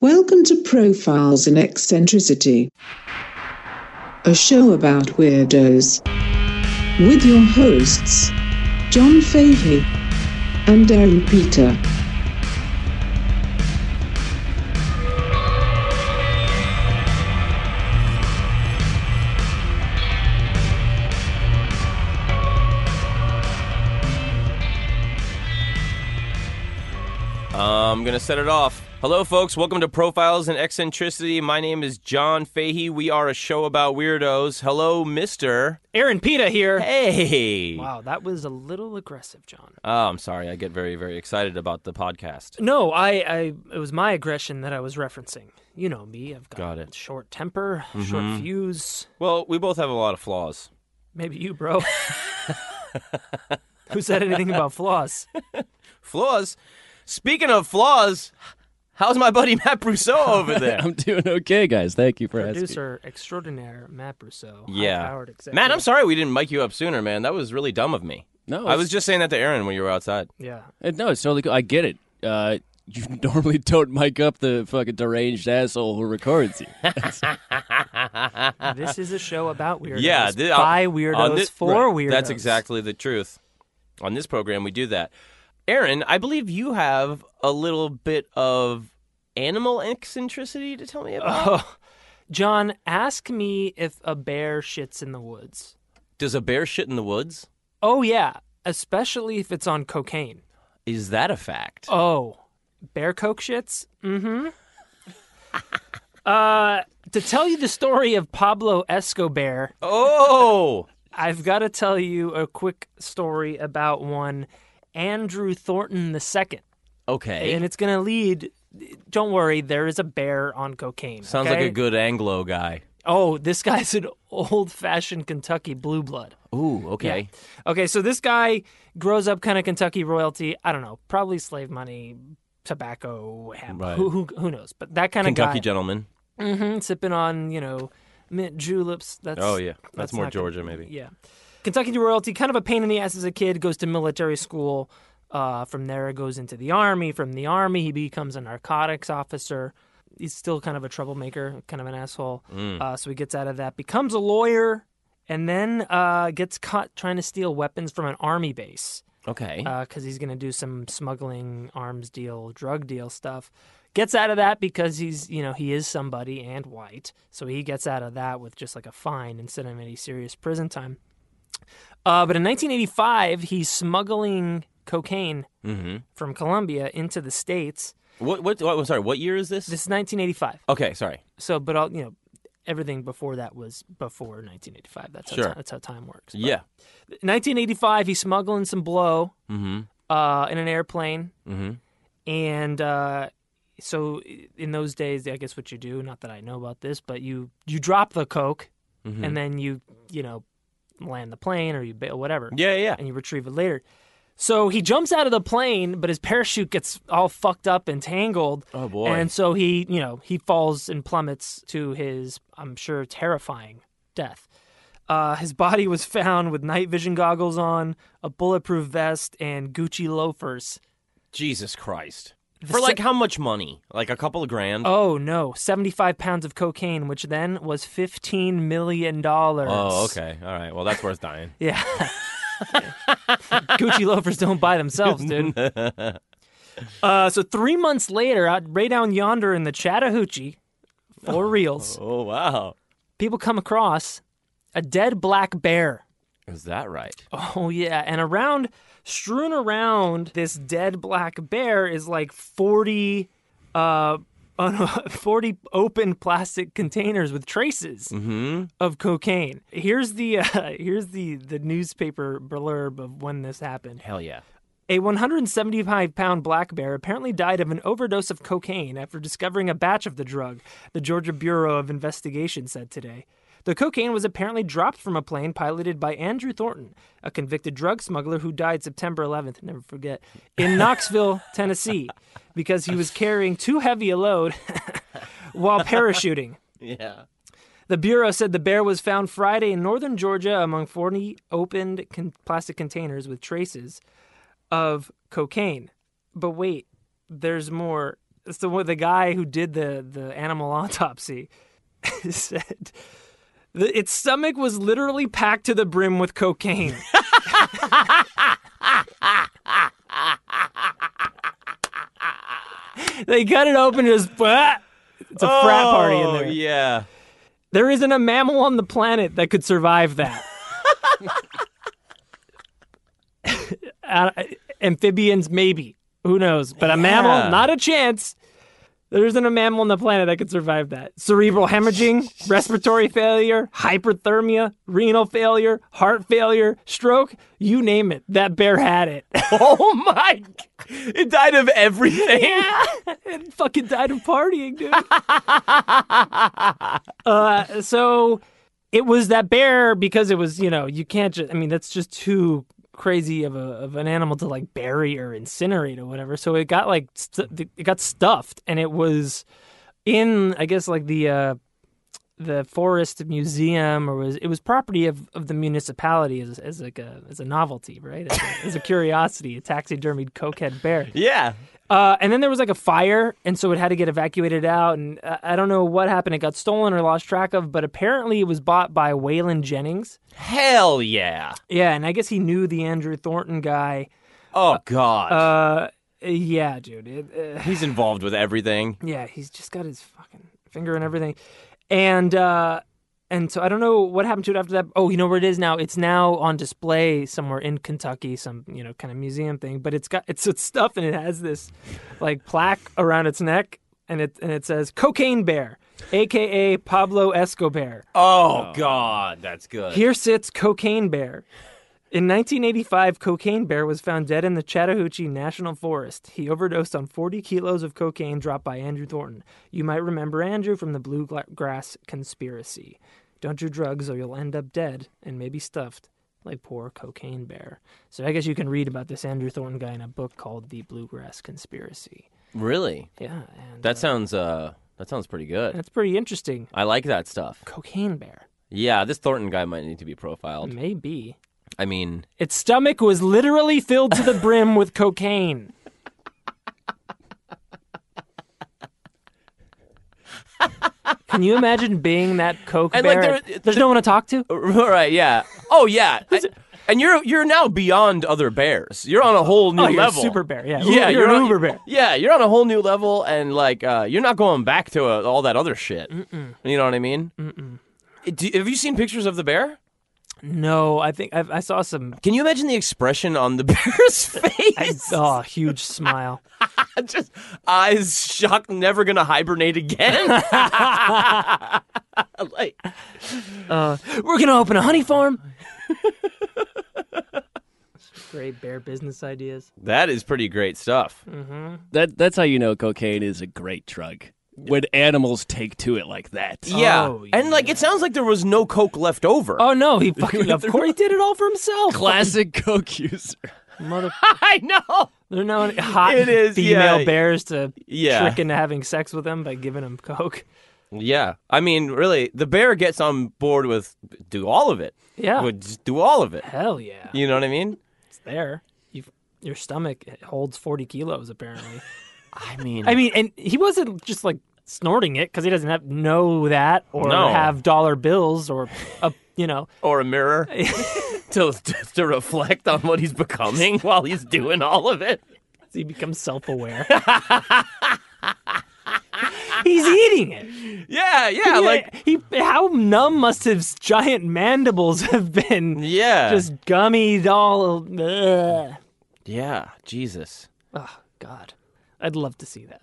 Welcome to Profiles in Eccentricity, a show about weirdos. With your hosts, John Fahey and Darren Peter. I'm going to set it off. Hello, folks. Welcome to Profiles in Eccentricity. My name is John Fahey. We are a show about weirdos. Hello, Mr. Aaron Pita here. Hey. Wow, that was a little aggressive, John. Oh, I'm sorry. I get very, very excited about the podcast. No, I, I it was my aggression that I was referencing. You know me, I've got, Got it. Mm-hmm. short temper, short fuse. Well, we both have a lot of flaws. Maybe you, bro. Who said anything about flaws? Flaws? Speaking of flaws, how's my buddy Matt Rousseau over there? I'm doing okay, guys. Thank you for asking. Producer extraordinaire Matt Rousseau. yeah. high-powered executive. Matt, I'm sorry we didn't mic you up sooner, man. That was really dumb of me. No, I was just saying that to Aaron when you were outside. Yeah. just no. It's totally cool. I get it. Uh, you normally don't mic up the fucking deranged asshole who records you. This is a show about weirdos. Yeah, By thi- on- on weirdos thi- for right, weirdos. That's exactly the truth. On this program, we do that. Aaron, I believe you have a little bit of animal eccentricity to tell me about. Oh. John, ask me if a bear shits in the woods. Does a bear shit in the woods? Oh yeah. Especially if it's on cocaine. Is that a fact? Oh, bear coke shits? Mm hmm. uh, to tell you the story of Pablo Escobar, Oh, I've got to tell you a quick story about one Andrew Thornton II. okay. And it's going to lead. Don't worry, there is a bear on cocaine. Sounds okay? like a good Anglo guy. Oh, this guy's an old fashioned Kentucky blue blood. Ooh, okay. Yeah. Okay, so this guy grows up kind of Kentucky royalty. I don't know, probably slave money, tobacco, hemp. Right. Who, who who knows? But that kind of Kentucky guy, gentleman. hmm sipping on you know mint juleps. That's Oh, yeah. That's more not Georgia, maybe. Yeah, Kentucky royalty, kind of a pain in the ass as a kid. Goes to military school. Uh, from there, it goes into the army. From the army, he becomes a narcotics officer. He's still kind of a troublemaker, kind of an asshole. Mm. Uh, so he gets out of that, becomes a lawyer, and then uh, gets caught trying to steal weapons from an army base Okay. because uh, he's going to do some smuggling, arms deal, drug deal stuff. Gets out of that because he's, you know, he is somebody and white. So he gets out of that with just like a fine instead of any serious prison time. Uh, but in 1985, he's smuggling cocaine Mm-hmm. from Colombia into the States. what, what, what? I'm sorry. What year is this? This is 1985. Okay, sorry. So, but all, you know, everything before that was before 1985. That's how, Sure. ti- that's how time works. But Yeah. 1985, he's smuggling some blow Mm-hmm. uh, in an airplane. Mhm. And uh, so i- in those days, I guess what you do, not that I know about this, but you you drop the coke Mhm. and then you, you know, land the plane or you bail, whatever, Yeah, yeah. and you retrieve it later. So he jumps out of the plane, but his parachute gets all fucked up and tangled. Oh, boy. And so he, you know, he falls and plummets to his, I'm sure, terrifying death. Uh, his body was found with night vision goggles on, a bulletproof vest, and Gucci loafers. Jesus Christ. The For se- like how much money? Like a couple of grand? Oh no, 75 pounds of cocaine, which then was 15 million dollars. Oh, okay. All right. Well, that's worth dying. Yeah. Gucci loafers don't buy themselves, dude. Uh, so three months later, out right down yonder in the Chattahoochee, for reals, Oh, wow. people come across a dead black bear. Is that right? Oh yeah, and around strewn around this dead black bear is like 40 uh un- 40 open plastic containers with traces of cocaine. Here's the uh, here's the the newspaper blurb of when this happened. Hell yeah. A 175 pound black bear apparently died of an overdose of cocaine after discovering a batch of the drug, the Georgia Bureau of Investigation said today. The cocaine was apparently dropped from a plane piloted by Andrew Thornton, a convicted drug smuggler who died September 11th, never forget, in Knoxville, Tennessee, because he was carrying too heavy a load while parachuting. Yeah. The Bureau said the bear was found Friday in northern Georgia among 40 opened con- plastic containers with traces of cocaine. But wait, there's more. It's the one- the guy who did the the animal autopsy said the, its stomach was literally packed to the brim with cocaine. they cut it open and just "Ah!" it's a frat party in Oh, there. Yeah. There isn't a mammal on the planet that could survive that. Uh, amphibians, maybe. Who knows? But a Yeah. mammal, not a chance. There isn't a mammal on the planet that could survive that. Cerebral hemorrhaging, respiratory failure, hyperthermia, renal failure, heart failure, stroke, you name it. That bear had it. Oh my! g- It died of everything. and fucking died of partying, dude. uh, so it was that bear because it was, you know, you can't just, I mean, that's just too crazy of a of an animal to like bury or incinerate or whatever. So it got like st- it got stuffed and it was in I guess like the uh the forest museum or was it was property of, of the municipality as, as like a as a novelty, right? As a, as a curiosity, a taxidermied cokehead bear. Yeah. Uh, and then there was like a fire, and so it had to get evacuated out. And uh, I don't know what happened; it got stolen or lost track of. But apparently, it was bought by Waylon Jennings. Hell yeah. Yeah, and I guess he knew the Andrew Thornton guy. Oh god. Uh, yeah, dude. It, uh, He's involved with everything. yeah, he's just got his fucking finger and everything. And uh, and so I don't know what happened to it after that. Oh, you know where it is now? It's now on display somewhere in Kentucky, some you know kind of museum thing. But it's got it's it's stuff and it has this like plaque around its neck, and it and it says cocaine bear, aka Pablo Escobar. Oh, god, that's good. Here sits Cocaine Bear. In 1985, Cocaine Bear was found dead in the Chattahoochee National Forest. He overdosed on 40 kilos of cocaine dropped by Andrew Thornton. You might remember Andrew from the Blue Gla- Grass Conspiracy. Don't do drugs or you'll end up dead and maybe stuffed like poor Cocaine Bear. So I guess you can read about this Andrew Thornton guy in a book called The Bluegrass Conspiracy. really? Yeah, and That sounds uh that sounds pretty good. that's pretty interesting. I like that stuff. Cocaine Bear. Yeah, this Thornton guy might need to be profiled. Maybe. I mean, Its stomach was literally filled to the brim with cocaine. Can you imagine being that coke And, like, bear? there- There's no one to talk to. right, yeah. Oh yeah. I- and you're you're now beyond other bears. You're on a whole new Oh, you're a level. super bear. Yeah, Yeah, you're, on- an uber bear. Yeah, you're on a whole new level, and like uh, you're not going back to uh all that other shit. You know what I mean? Mm-mm. Do, have you seen pictures of the bear? No, I think i I saw some. Can you imagine the expression on the bear's I face? saw oh, a huge smile. Just eyes shocked, never gonna hibernate again. like, We're gonna open a honey farm. Great bear business ideas. that is pretty great stuff. Mm. That that's how you know cocaine is a great drug when animals take to it like that. Yeah, Oh, and like it sounds like there was no coke left over. Oh no, he fucking. Of course, he did it all for himself. Classic coke user. Mother. I know. They're known hot It is, female yeah. bears to Yeah. trick into having sex with them by giving them coke. Yeah, I mean, really, the bear gets on board with do all of it. Yeah. would just do all of it. Hell yeah, You know what I mean? it's there. You've, your stomach holds forty kilos apparently. I mean, I mean, and he wasn't just like snorting it because he doesn't have know that or No. have dollar bills or a you know or a mirror to to reflect on what he's becoming while he's doing all of it. he becomes self aware. He's eating it. Yeah, yeah, like he, how numb must his giant mandibles have been? yeah, Just gummied all. Ugh. yeah, Jesus, Oh God, I'd love to see that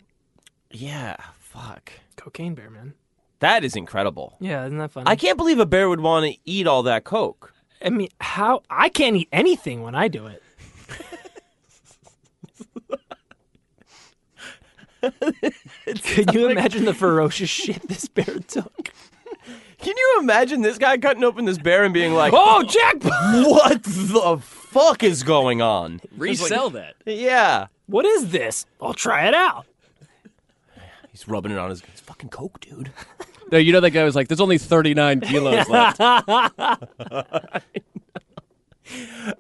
yeah, fuck, cocaine bear man. that is incredible. Yeah, isn't that funny? I can't believe a bear would want to eat all that coke. I mean, how I can't eat anything when I do it. Could you imagine the ferocious shit this bear took? Can you imagine this guy cutting open this bear and being like, Oh, jackpot! "What the fuck is going on?" Resell that. Yeah, What is this? I'll try it out. he's rubbing it on his. It's fucking coke, dude. No, you know that guy was like, "There's only 39 kilos left."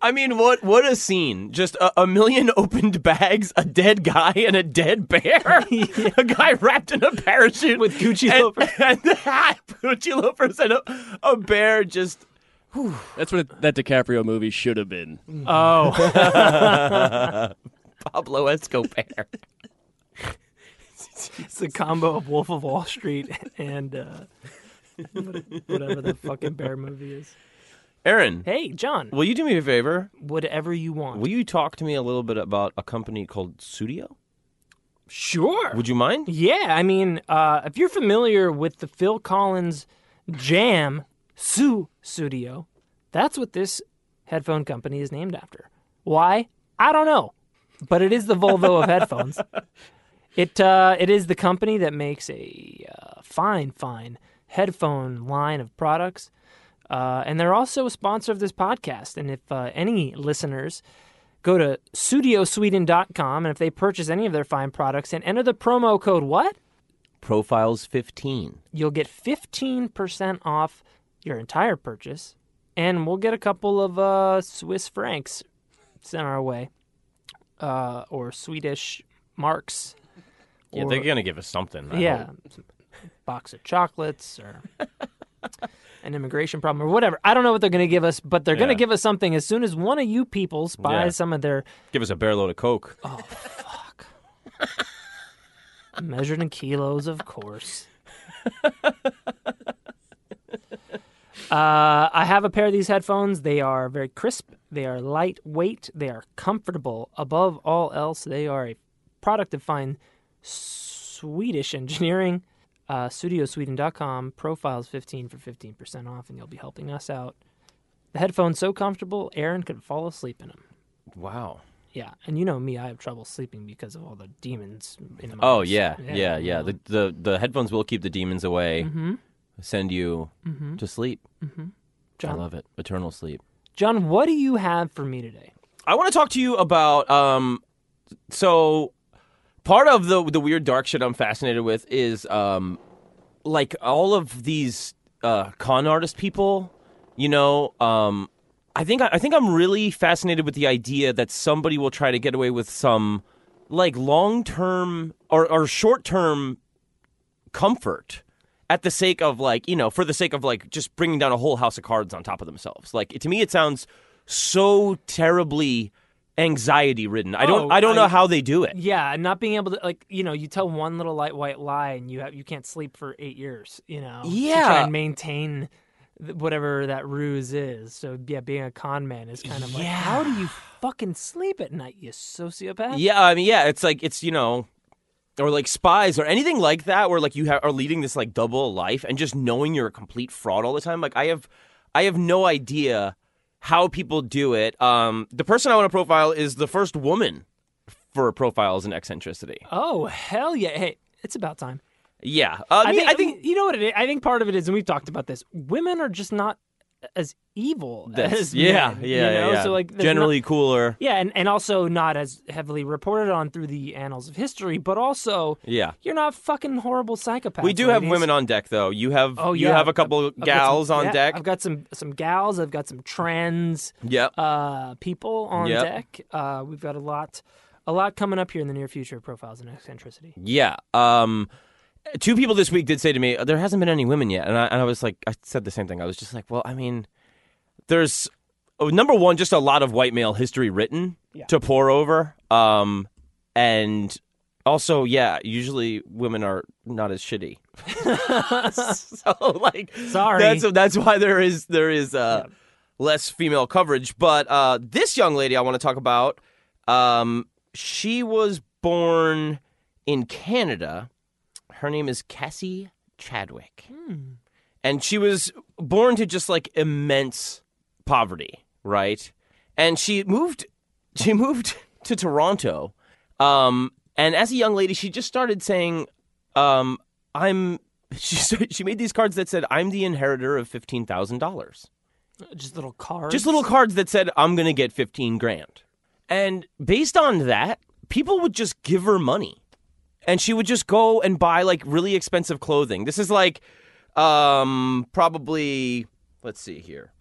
I mean, what what a scene! Just a, a million opened bags, a dead guy, and a dead bear. a guy wrapped in a parachute With Gucci and, loafers. and the hat, Gucci loafers, and a, a bear just. That's what that DiCaprio movie should have been. Mm. Oh, Pablo Escobar. it's a combo of Wolf of Wall Street and uh, whatever the fucking bear movie is. Aaron, Hey, John, will you do me a favor? whatever you want. Will you talk to me a little bit about a company called Studio? sure. Would you mind? Yeah, I mean, uh, if you're familiar with the Phil Collins Jam Sue Studio, that's what this headphone company is named after. Why? I don't know, but it is the Volvo of headphones. It uh, it is the company that makes a uh, fine, fine headphone line of products, uh, and they're also a sponsor of this podcast. And if uh, any listeners go to studiosweden.com and if they purchase any of their fine products and enter the promo code what Profiles 15. you'll get 15% off your entire purchase and we'll get a couple of uh, swiss francs sent our way uh, or swedish marks Yeah, or- they're going to give us something. I yeah hope. some box of chocolates or an immigration problem or whatever i don't know what they're going to give us but they're going Yeah. to give us something as soon as one of you people buys Yeah. some of their Give us a bear load of Coke. measured in kilos, of course. uh, I have a pair of these headphones. They are very crisp. They are lightweight. They are comfortable. Above all else, they are a product of fine Swedish engineering. Uh, studiosweden.com profiles 15 for 15% off, and you'll be helping us out. The headphones so comfortable, Aaron could fall asleep in them. Wow. Yeah, and you know me, I have trouble sleeping because of all the demons in my Oh ears. yeah, yeah, yeah. The, the the headphones will keep the demons away, send you to sleep. I John, love it, eternal sleep. John, what do you have for me today? I want to talk to you about um, so part of the the weird dark shit I'm fascinated with is um, like all of these uh, con artist people, you know, um, I think I think I'm really fascinated with the idea that somebody will try to get away with some like long term or, or short term comfort at the sake of like you know for the sake of like just bringing down a whole house of cards on top of themselves. Like to me, it sounds so terribly anxiety ridden. I don't Oh, I don't know I- how they do it. Yeah, not being able to like you know you tell one little light white lie and you have you can't sleep for eight years. You know, to try Yeah. and maintain th- whatever that ruse is. So yeah, being a con man is kind of like how do you fucking sleep at night, you sociopath? Yeah, I mean, yeah, it's like it's you know, or like spies or anything like that, where like you ha- are leading this like double life and just knowing you're a complete fraud all the time. Like I have, I have no idea how people do it. Um, the person I want to profile is the first woman for profiles in eccentricity. Oh hell yeah! Hey, it's about time. Yeah, uh, I, mean, I think you know what it is. I think part of it is, and we've talked about this. Women are just not as evil that's as yeah, men, yeah, you know? yeah. So like there's not- generally cooler. Yeah, and, and also not as heavily reported on through the annals of history, but also Yeah. you're not fucking horrible psychopaths. We do have women on deck, though. You have Oh, you yeah. have a couple I've got some- gals on yeah, deck. I've got some some gals. I've got some trans yep. uh, people on Yep. deck. Uh, we've got a lot a lot coming up here in the near future. of Profiles and eccentricity. Yeah. Um, two people this week did say to me, "There hasn't been any women yet," and I, and I was like, I said the same thing. I was just like, "Well, I mean, there's oh, number one, just a lot of white male history written to pour over, um, and also, yeah, usually women are not as shitty." so like, Sorry. that's that's why there is there is uh, less female coverage. But uh, this young lady I want to talk about, um, she was born in Canada. Her name is Cassie Chadwick, and she was born to just like immense poverty, right? And she moved she moved to Toronto, um, and as a young lady, she just started saying, um, "I'm." She started, she made these cards that said, "I'm the inheritor of fifteen thousand dollars." Just little cards. Just little cards that said, I'm going to get 15 grand. And based on that, people would just give her money. And she would just go and buy like really expensive clothing. This is like um, probably, let's see here,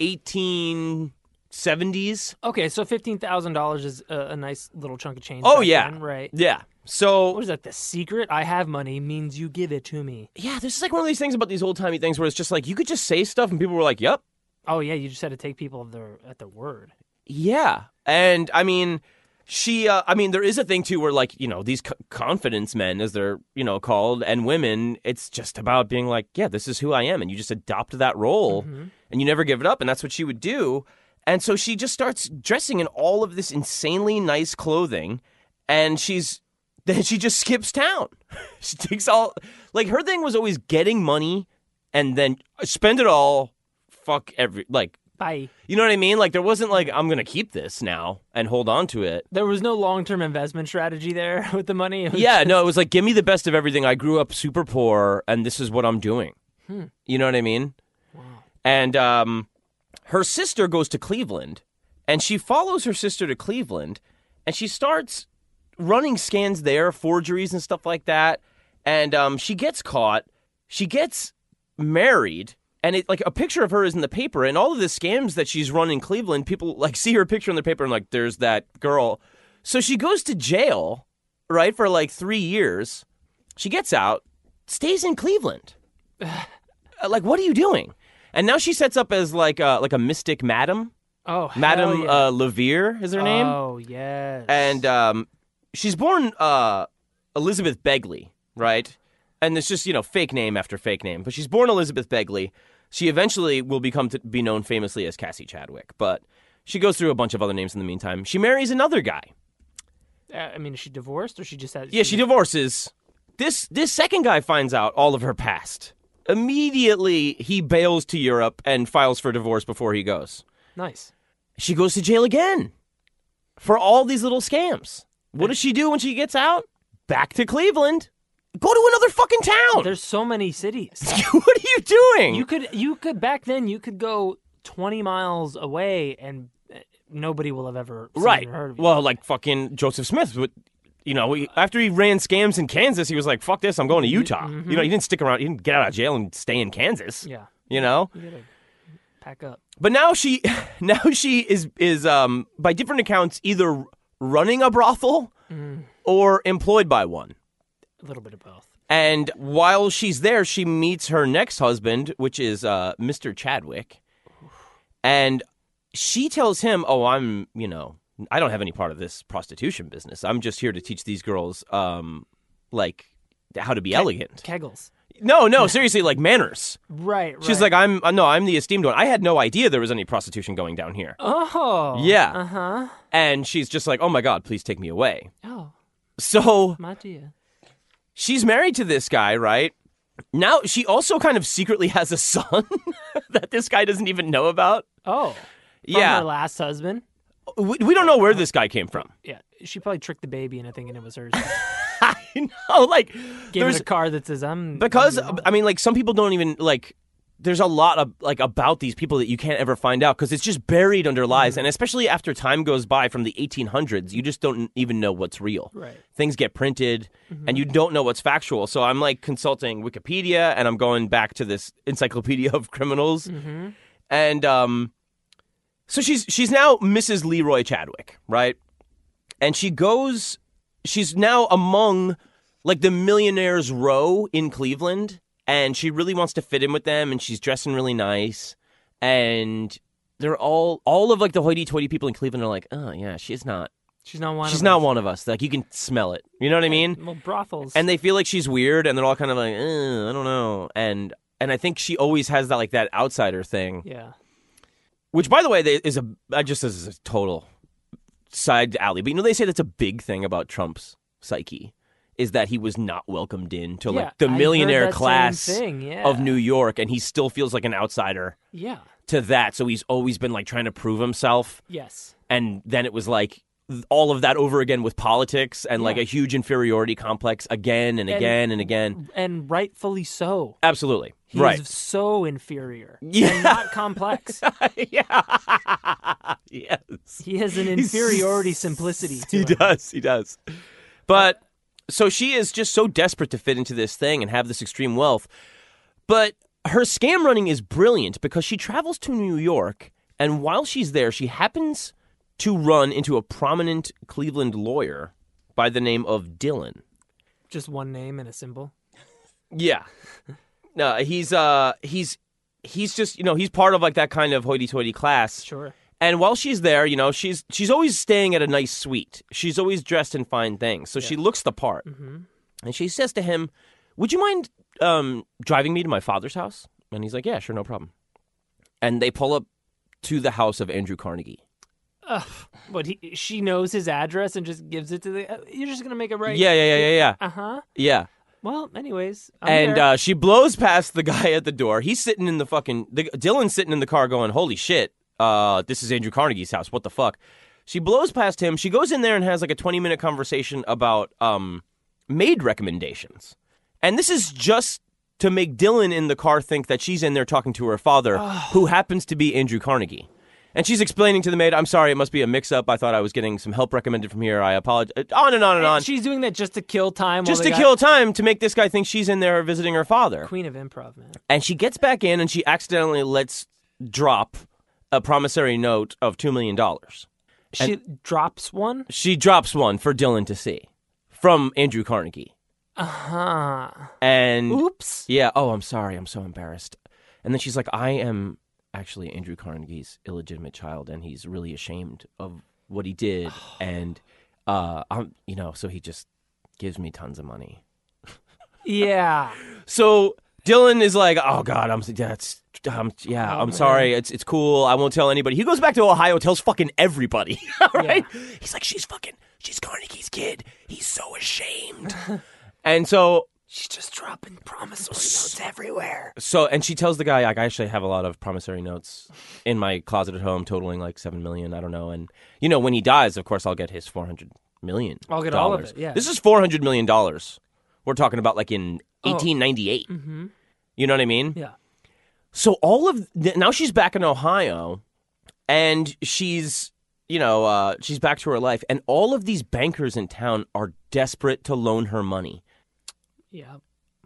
18, 70s. Okay, so fifteen thousand dollars is a, a nice little chunk of change. Oh, back yeah. then, right. Yeah. So What is that? The secret? I have money means you give it to me. yeah, this is like one of these things about these old timey things where it's just like you could just say stuff and people were like, "Yep, Oh yeah, you just had to take people at their at their word. yeah." And I mean, she, uh, I mean, there is a thing too where like you know these co- confidence men, as they're you know called, and women, it's just about being like, "Yeah, this is who I am," and you just adopt that role and you never give it up, and that's what she would do. And so she just starts dressing in all of this insanely nice clothing, and she's then she just skips town. she takes all like her thing was always getting money and then uh, spend it all. Fuck every like Bye. you know what I mean? Like there wasn't like I'm gonna keep this now and hold on to it. There was no long term investment strategy there with the money. It was- Yeah, no, it was like give me the best of everything. I grew up super poor, and this is what I'm doing. You know what I mean? And um, her sister goes to Cleveland, and she follows her sister to Cleveland, and she starts running scans there, forgeries and stuff like that. And um, she gets caught. She gets married. And it like a picture of her is in the paper, and all of the scams that she's run in Cleveland, people like see her picture in the paper and like, there's that girl. So she goes to jail, right, for like three years. She gets out, stays in Cleveland. Uh, like, what are you doing? And now she sets up as like uh, like a mystic madam, Oh, hell Madam yeah. uh, Levere is her name Oh yes. and um, she's born uh, Elizabeth Begley, right? And it's just you know fake name after fake name, but she's born Elizabeth Begley. She eventually will become to be known famously as Cassie Chadwick, but she goes through a bunch of other names in the meantime. She marries another guy. Uh, I mean, is she divorced or she just had? Yeah, she divorces. This this second guy finds out all of her past. Immediately, he bails to Europe and files for divorce before he goes. Nice. She goes to jail again for all these little scams. What does she do when she gets out? Back to Cleveland. Go to another fucking town. There's so many cities. what are you doing? You could you could back then you could go 20 miles away and uh, nobody will have ever seen right. or heard of you. Well, like fucking Joseph Smith. would- You know, he- after he ran scams in Kansas, he was like, fuck this, I'm going to Mm-hmm, Utah. You know, he didn't stick around. He didn't get out of jail and stay in Kansas. yeah, You know? you gotta pack up. But now she now she is is um by different accounts either running a brothel Mm. or employed by one. A little bit of both. And while she's there, she meets her next husband, which is uh, Mr. Chadwick. And she tells him, Oh, I'm, you know, I don't have any part of this prostitution business. I'm just here to teach these girls, um, like, how to be elegant. Kegels. No, no, seriously, like manners. Right. right. She's like, I'm, uh, no, I'm the esteemed one. I had no idea there was any prostitution going down here. oh Yeah. Uh huh. And she's just like, Oh my God, please take me away. Oh So my dear. she's married to this guy, right? Now she also kind of secretly has a son that this guy doesn't even know about. Oh. From yeah, Her last husband. we, we don't know where this guy came from. Yeah. She probably tricked the baby into thinking it was hers. you know, like Gave there's her a car that says I'm because I'm your mom." I mean, like some people don't even like. There's a lot of like about these people that you can't ever find out because it's just buried under lies, Mm-hmm. and especially after time goes by from the 1800s, you just don't even know what's real. Right. Things get printed, and you don't know what's factual. So I'm like consulting Wikipedia, and I'm going back to this encyclopedia of criminals, and um, so she's she's now Mrs. Leroy Chadwick, right? And she goes she's now among like the millionaires row in Cleveland and she really wants to fit in with them and she's dressing really nice and they're all all of like the hoity-toity people in Cleveland are like, "Oh yeah, she's not she's not one. she's of not us. one of us." Like you can smell it. You know what I mean? Well, brothels. And they feel like she's weird and they're all kind of like, eh, "I don't know." And and I think she always has that like that outsider thing. yeah. Which, by the way, they- is a I just this is a total side alley. But you know, they say that's a big thing about Trump's psyche is that he was not welcomed in to Yeah, like the I heard millionaire that same class thing, yeah. of New York, and he still feels like an outsider Yeah. to that. So he's always been like trying to prove himself, Yes. and then it was like th- all of that over again with politics and like Yeah. a huge inferiority complex again and And- again and again. And rightfully so. Absolutely He's right. so inferior. Yeah. And not complex. yeah. yes. He has an inferiority simplicity to he him. does he does but so she is just so desperate to fit into this thing and have this extreme wealth but her scam running is brilliant because she travels to new york And while she's there, she happens to run into a prominent Cleveland lawyer by the name of Dylan. Just one name and a symbol. Yeah. No, he's uh he's he's just, you know, he's part of like that kind of hoity-toity class. Sure. And while she's there, you know, she's she's always staying at a nice suite. She's always dressed in fine things, so she looks the part. Mm-hmm. And she says to him, "Would you mind um, driving me to my father's house?" And he's like, "Yeah, sure, no problem." And they pull up to the house of Andrew Carnegie. But he, she knows his address and just gives it to the. uh, You're just gonna make it right. Yeah, yeah, yeah, yeah, yeah, Uh huh. yeah. Well, anyways. I'm And there. uh, she blows past the guy at the door. He's sitting in the fucking the, Dylan's sitting in the car, going, "Holy shit, uh, this is Andrew Carnegie's house. What the fuck?" She blows past him. She goes in there and has like a twenty minute conversation about um, maid recommendations, and this is just to make Dylan in the car think that she's in there talking to her father, who happens to be Andrew Carnegie. And she's explaining to the maid, "I'm sorry, it must be a mix up. I thought I was getting some help recommended from here. I apologize." On and on and on, she's doing that just to kill time. while just to the guy- kill time to make this guy think she's in there visiting her father. Queen of improv, man. And she gets back in and she accidentally lets drop a promissory note of $2 million. She drops one. She drops one for Dylan to see from Andrew Carnegie. Uh Uh-huh. huh. And Oops. yeah, oh, I'm sorry. I'm so embarrassed. And then she's like, I am actually Andrew Carnegie's illegitimate child and he's really ashamed of what he did. and, uh, I'm, you know, so he just gives me tons of money. Yeah. So Dylan is like, "Oh God, I'm that's I'm, yeah, Oh, I'm sorry. It's it's cool. I won't tell anybody." He goes back to Ohio, tells fucking everybody. All right, he's like, "She's fucking, she's Carnegie's kid. He's so ashamed." and so, She's just dropping promissory notes everywhere. so, and she tells the guy, "Like, I actually have a lot of promissory notes in my closet at home, totaling like seven million. I don't know." And you know, when he dies, of course, I'll get his four hundred million. I'll get all of dollars. it, yeah. this is four hundred million dollars. We're talking about like in Oh. eighteen ninety eight. You know what I mean? Mm-hmm. Yeah. so all of now she's back in Ohio, and she's you know uh, she's back to her life, and all of these bankers in town are desperate to loan her money, Yeah.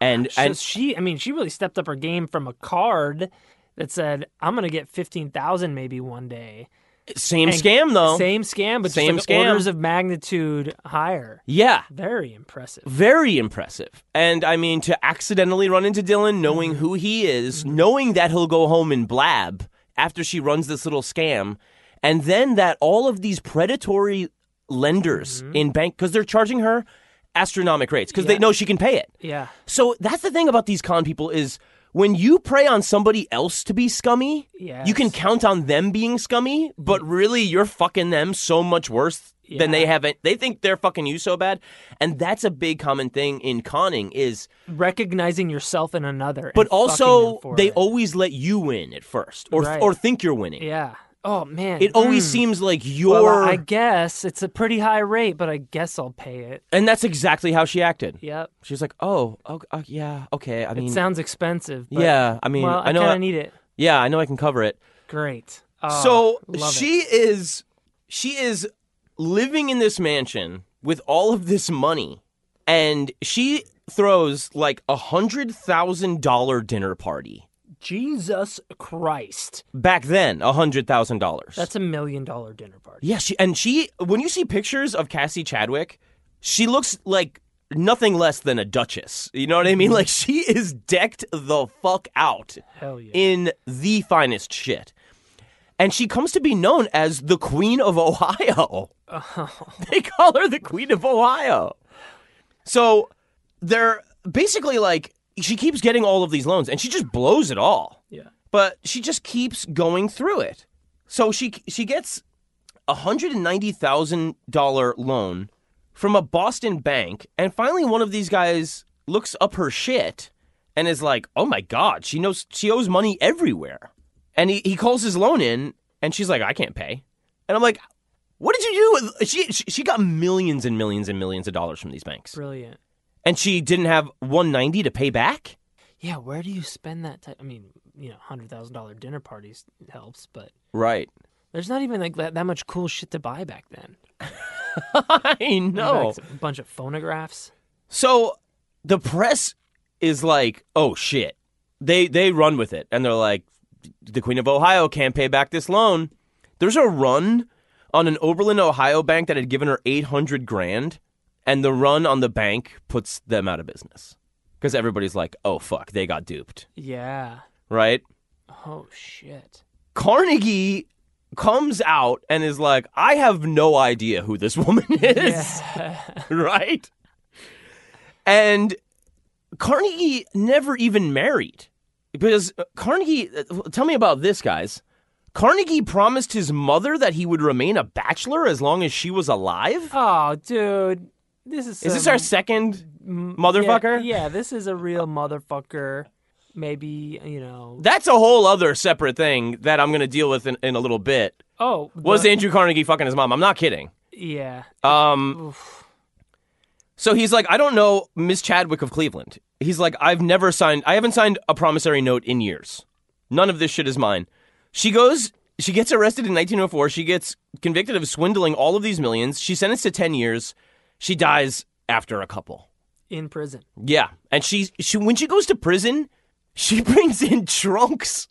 and And and she, I mean, she really stepped up her game from a card that said, "I'm gonna get fifteen thousand maybe one day." same and scam though, Same scam, but Same just like scam. orders of magnitude higher. yeah, Very impressive. very impressive. And I mean to accidentally run into Dylan, knowing who he is, knowing that he'll go home and blab after she runs this little scam, and then that all of these predatory lenders in bank because they're charging her astronomic rates because they know she can pay it. Yeah. So that's the thing about these con people is when you prey on somebody else to be scummy, you can Yes. Mm. count on them being scummy, but really you're fucking them so much worse than they haven't. They think they're fucking you so bad, and that's a big common thing in conning is Recognizing yourself in another, but and fucking also them for they it. always let you win at first or Right. or think you're winning. yeah. Oh man, It always Mm. seems like you're Well, I guess it's a pretty high rate, but I guess I'll pay it. and that's exactly how she acted. Yep. She was like, "Oh, oh, oh, yeah, okay. I mean, it sounds expensive. But, yeah, I mean, well, I, I know kind I- of need it. yeah, I know I can cover it." Great. Oh, so love it. she is she is living in this mansion with all of this money and she throws like a hundred thousand dollar dinner party Jesus Christ, back then a hundred thousand dollars that's a million dollar dinner party. yeah she and she when you see pictures of cassie chadwick she looks like nothing less than a duchess you know what i mean like she is decked the fuck out Mm-hmm. Hell yeah. in the finest shit. And she comes to be known as the Queen of Ohio. Oh. They call her the Queen of Ohio. So they're basically like, she keeps getting all of these loans and she just blows it all. Yeah. But she just keeps going through it. So she she gets a hundred and ninety thousand dollar loan from a Boston bank, and finally one of these guys looks up her shit and is like, "Oh my god, she knows she owes money everywhere." And he, he calls his loan in, and she's like, "I can't pay," and I'm like, "What did you do?" with-" She she she got millions and millions and millions of dollars from these banks, Brilliant. and she didn't have one ninety to pay back. Yeah, where do you spend that type? I mean, you know, hundred thousand dollar dinner parties helps, but Right. there's not even like that, that much cool shit to buy back then. I know. Like, a bunch of phonographs. So the press is like, "Oh shit." They they run with it and they're like, the Queen of Ohio can't pay back this loan. There's a run on an Oberlin, Ohio bank that had given her 800 grand, and the run on the bank puts them out of business because everybody's like, oh, fuck, they got duped, Yeah. right? Oh shit. Carnegie comes out and is like, I have no idea who this woman is, right? And Carnegie never even married because uh, Carnegie, tell me about this, guys. Carnegie promised his mother that he would remain a bachelor as long as she was alive. Oh, dude. This is Is this some- our second Um, m- motherfucker? Yeah, yeah, this is a real motherfucker. Maybe, you know. That's a whole other separate thing that I'm going to deal with in, in a little bit. Oh, Was the- Andrew Carnegie fucking his mom? I'm not kidding. Yeah. Um, Oof. So he's like, I don't know Miss Chadwick of Cleveland. He's like, I've never signed, I haven't signed a promissory note in years. None of this shit is mine. She goes, she gets arrested in 1904. She gets convicted of swindling all of these millions. She's sentenced to 10 years. She dies after a couple. In prison. Yeah. And she, she when she goes to prison, she brings in trunks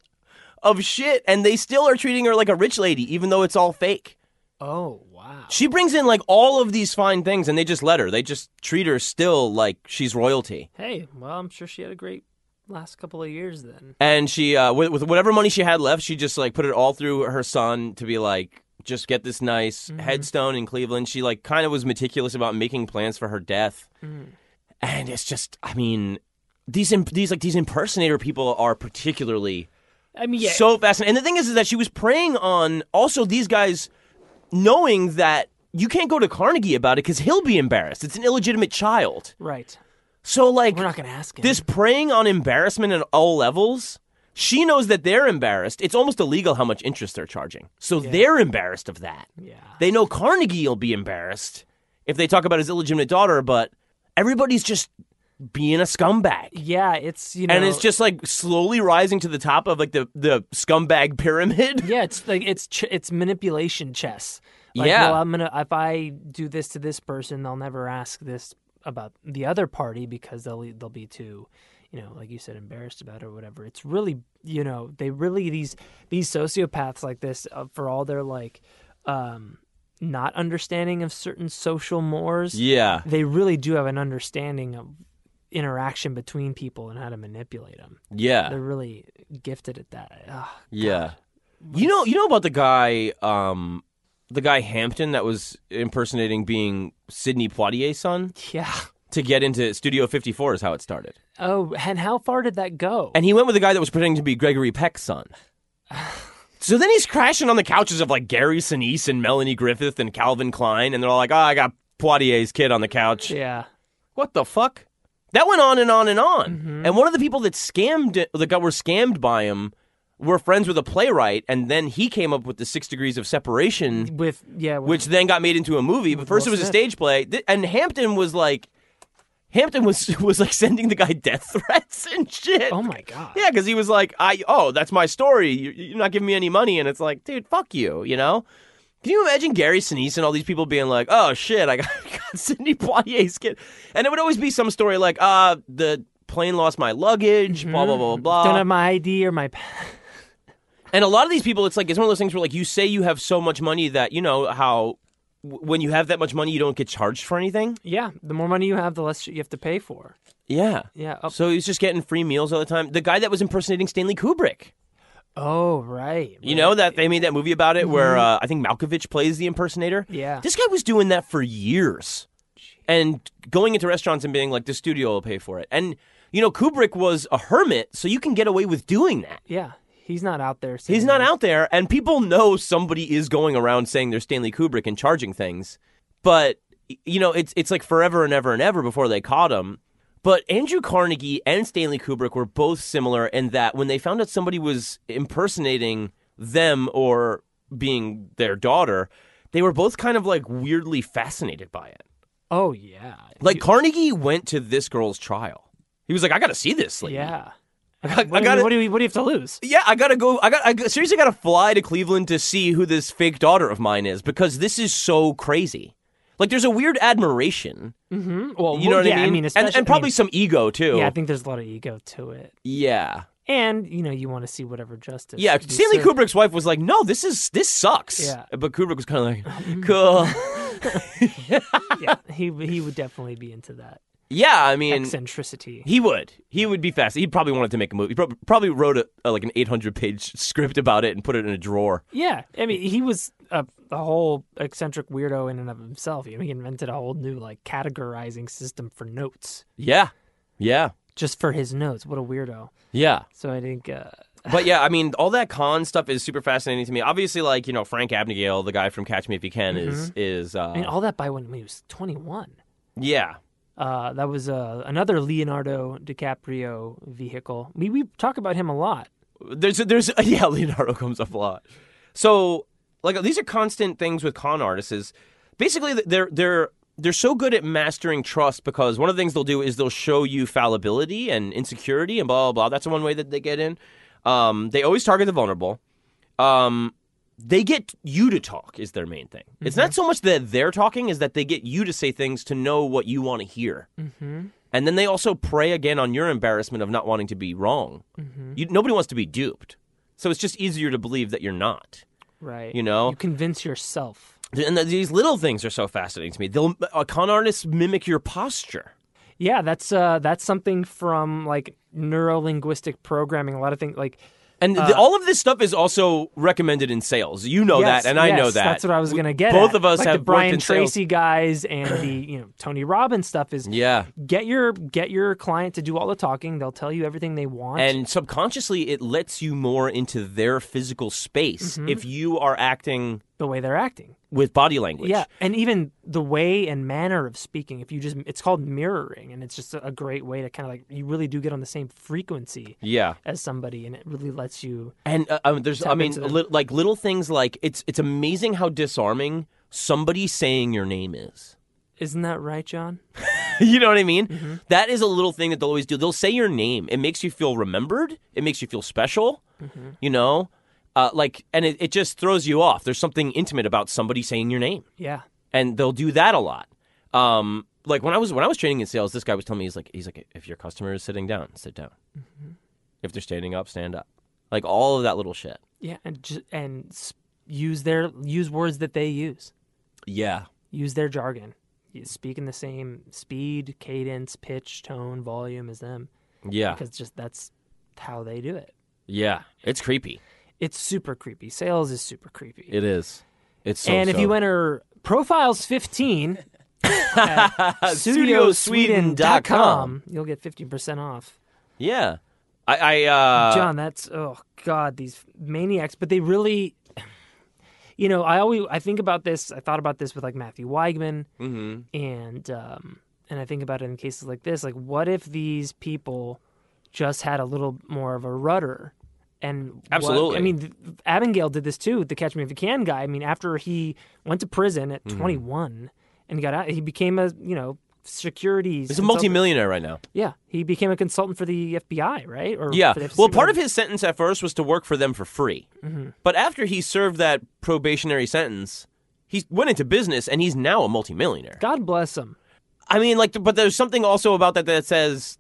of shit and they still are treating her like a rich lady, even though it's all fake. Oh, wow. She brings in like all of these fine things and they just let her. They just treat her still like she's royalty. Hey, well, I'm sure she had a great last couple of years then. and she uh, with, with whatever money she had left she just like put it all through her son to be like just get this nice headstone in cleveland she like kind of was meticulous about making plans for her death and it's just i mean these imp- these like these impersonator people are particularly I mean, yeah. so fascinating and the thing is is that she was preying on also these guys knowing that you can't go to carnegie about it because he'll be embarrassed it's an illegitimate child right. so like We're not going to ask him. this preying on embarrassment at all levels she knows that they're embarrassed it's almost illegal how much interest they're charging so they're embarrassed of that Yeah. they know carnegie will be embarrassed if they talk about his illegitimate daughter but everybody's just being a scumbag Yeah, it's, you know. and it's just like slowly rising to the top of like the, the scumbag pyramid Yeah, it's like it's ch- it's manipulation chess. Like, Yeah. well, I'm gonna if I do this to this person, they'll never ask this about the other party because they'll e, they'll be too, you know, like you said, embarrassed about it or whatever. It's really you know they really these these sociopaths like this uh, for all their like um not understanding of certain social mores, yeah they really do have an understanding of interaction between people and how to manipulate them. yeah They're really gifted at that. Ugh. yeah you know you know about the guy um the guy hampton that was impersonating being sidney poitier's son Yeah. to get into Studio 54 is how it started. Oh, and how far did that go? And he went with a guy that was pretending to be Gregory Peck's son. So then he's crashing on the couches of like Gary Sinise and Melanie Griffith and Calvin Klein, and they're all like, oh, I got Poitier's kid on the couch. yeah. What the fuck? That went on and on and on. And one of the people that scammed, that got, were scammed by him, were friends with a playwright, and then he came up with the six degrees of separation With yeah, with, which then got made into a movie. But first, it Will was a Smith. stage play, Th- and Hampton was like, Hampton was was like sending the guy death threats and shit. Oh my god. Yeah, because he was like, I oh, that's my story. You- You're not giving me any money, and it's like, dude, fuck you. You know? Can you imagine Gary Sinise and all these people being like, oh shit, I got, got Sidney Poitier's kid, and it would always be some story like, uh, the plane lost my luggage, blah blah blah blah. Mm-hmm. Don't have my ID or my pa- And a lot of these people, it's like it's one of those things where like you say you have so much money that you know how w- when you have that much money you don't get charged for anything. Yeah, the more money you have, the less shit you have to pay for. Yeah. Yeah. Oh, So he's just getting free meals all the time. The guy that was impersonating Stanley Kubrick, oh right. you know that they made that movie about it where uh, I think Malkovich plays the impersonator. Yeah. This guy was doing that for years, and going into restaurants and being like, "The studio will pay for it." And you know Kubrick was a hermit, so you can get away with doing that. yeah. He's not out there. He's saying- not out there, and people know somebody is going around saying they're Stanley Kubrick and charging things. But y- you know, it's it's like forever and ever and ever before they caught him. But Andrew Carnegie and Stanley Kubrick were both similar in that when they found out somebody was impersonating them or being their daughter, they were both kind of like weirdly fascinated by it. Oh yeah. Like Carnegie went to this girl's trial. He was like, "I got to see this lady. yeah. I, What, I do you- got to what do you what do you have to lose? yeah, I gotta go. I got. I got- seriously gotta fly to Cleveland to see who this fake daughter of mine is because this is so crazy. Like there's a weird admiration. hmm Well, You know well, what yeah, I mean? especially, and, and probably some ego too. yeah, I think there's a lot of ego to it, yeah. and you know, you want to see whatever justice. Yeah, you Stanley serve. Kubrick's wife was like, "No, this is this sucks." Yeah. but Kubrick was kind of like, "Cool." yeah, he he would definitely be into that yeah, I mean, eccentricity. he would. He would be fast. He probably wanted to make a movie. He prob- probably wrote a, a like an 800 page script about it and put it in a drawer. Yeah, I mean, he was a, a whole eccentric weirdo in and of himself. You know, he invented a whole new like categorizing system for notes, Yeah, yeah, just for his notes. What a weirdo! yeah. So I think, uh, But yeah, I mean, all that con stuff is super fascinating to me. Obviously, like you know, Frank Abagnale, the guy from Catch Me If You Can, is is uh, I mean, all that by when, when he was twenty one. yeah, Uh, that was uh, another Leonardo DiCaprio vehicle. We we talk about him a lot. There's there's yeah, Leonardo comes up a lot. So like these are constant things with con artists is basically they're they're they're so good at mastering trust because one of the things they'll do is they'll show you fallibility and insecurity and blah blah blah. That's one way that they get in. Um, they always target the vulnerable. Um, they get you to talk is their main thing. It's not so much that they're talking is that they get you to say things to know what you want to hear. Mm-hmm. And then they also prey again on your embarrassment of not wanting to be wrong. Mm-hmm. You, nobody wants to be duped. So it's just easier to believe that you're not, Right. you know? you convince yourself. And th- these little things are so fascinating to me. They'll, uh, con artists mimic your posture. Yeah, that's uh, that's something from like neuro linguistic programming. A lot of things like And Uh. th- all of this stuff is also recommended in sales. You know Yes, that, and I yes, know that. That's what I was We- gonna get. Both at. of us like have the worked Brian in sales. Tracy guys and the you know Tony Robbins stuff is Yeah. get your get your client to do all the talking. They'll tell you everything they want. And subconsciously, it lets you more into their physical space Mm-hmm. if you are acting the way they're acting. with body language. Yeah, and even the way and manner of speaking. If you just, it's called mirroring, and it's just a a great way to kind of like you really do get on the same frequency Yeah. as somebody, and it really lets you. And uh, um, there's, I Tap mean, into them. li- like little things like it's it's amazing how disarming somebody saying your name is. Isn't that right, John? you know what I mean? Mm-hmm. That is a little thing that they'll always do. They'll say your name. It makes you feel remembered. It makes you feel special. Mm-hmm. You know, uh, like, and it, it just throws you off. There's something intimate about somebody saying your name Yeah. and they'll do that a lot. Um, like when I was when I was training in sales, this guy was telling me he's like he's like if your customer is sitting down, sit down. Mm-hmm. If they're standing up, stand up. Like all of that little shit. Yeah, and ju- and s- use their use words that they use. Yeah. Use their jargon. You speak in the same speed, cadence, pitch, tone, volume as them Yeah. because just that's how they do it. Yeah. It's creepy. It's super creepy. Sales is super creepy. It is. It's so and if you so- enter profiles 15 Studiosweden.com. studiosweden.com, you'll get 15% off. Yeah. I, I uh John, that's oh god, these maniacs. But they really, you know, I always I think about this. I thought about this with like Matthew Weigman, mhm. and um, and I think about it in cases like this. Like, what if these people just had a little more of a rudder? And what- Absolutely. I mean, th- Abigail did this too. The Catch Me If You Can guy. I mean, after he went to prison at Mm-hmm. 21 and got out, he became a you know security. He's a consultant. multimillionaire right now. Yeah, he became a consultant for the FBI, right? Or Yeah. for the Well, FCC, part whatever. of his sentence at first was to work for them for free. Mm-hmm. But after he served that probationary sentence, he went into business and he's now a multimillionaire. God bless him. I mean, like, but there's something also about that that says,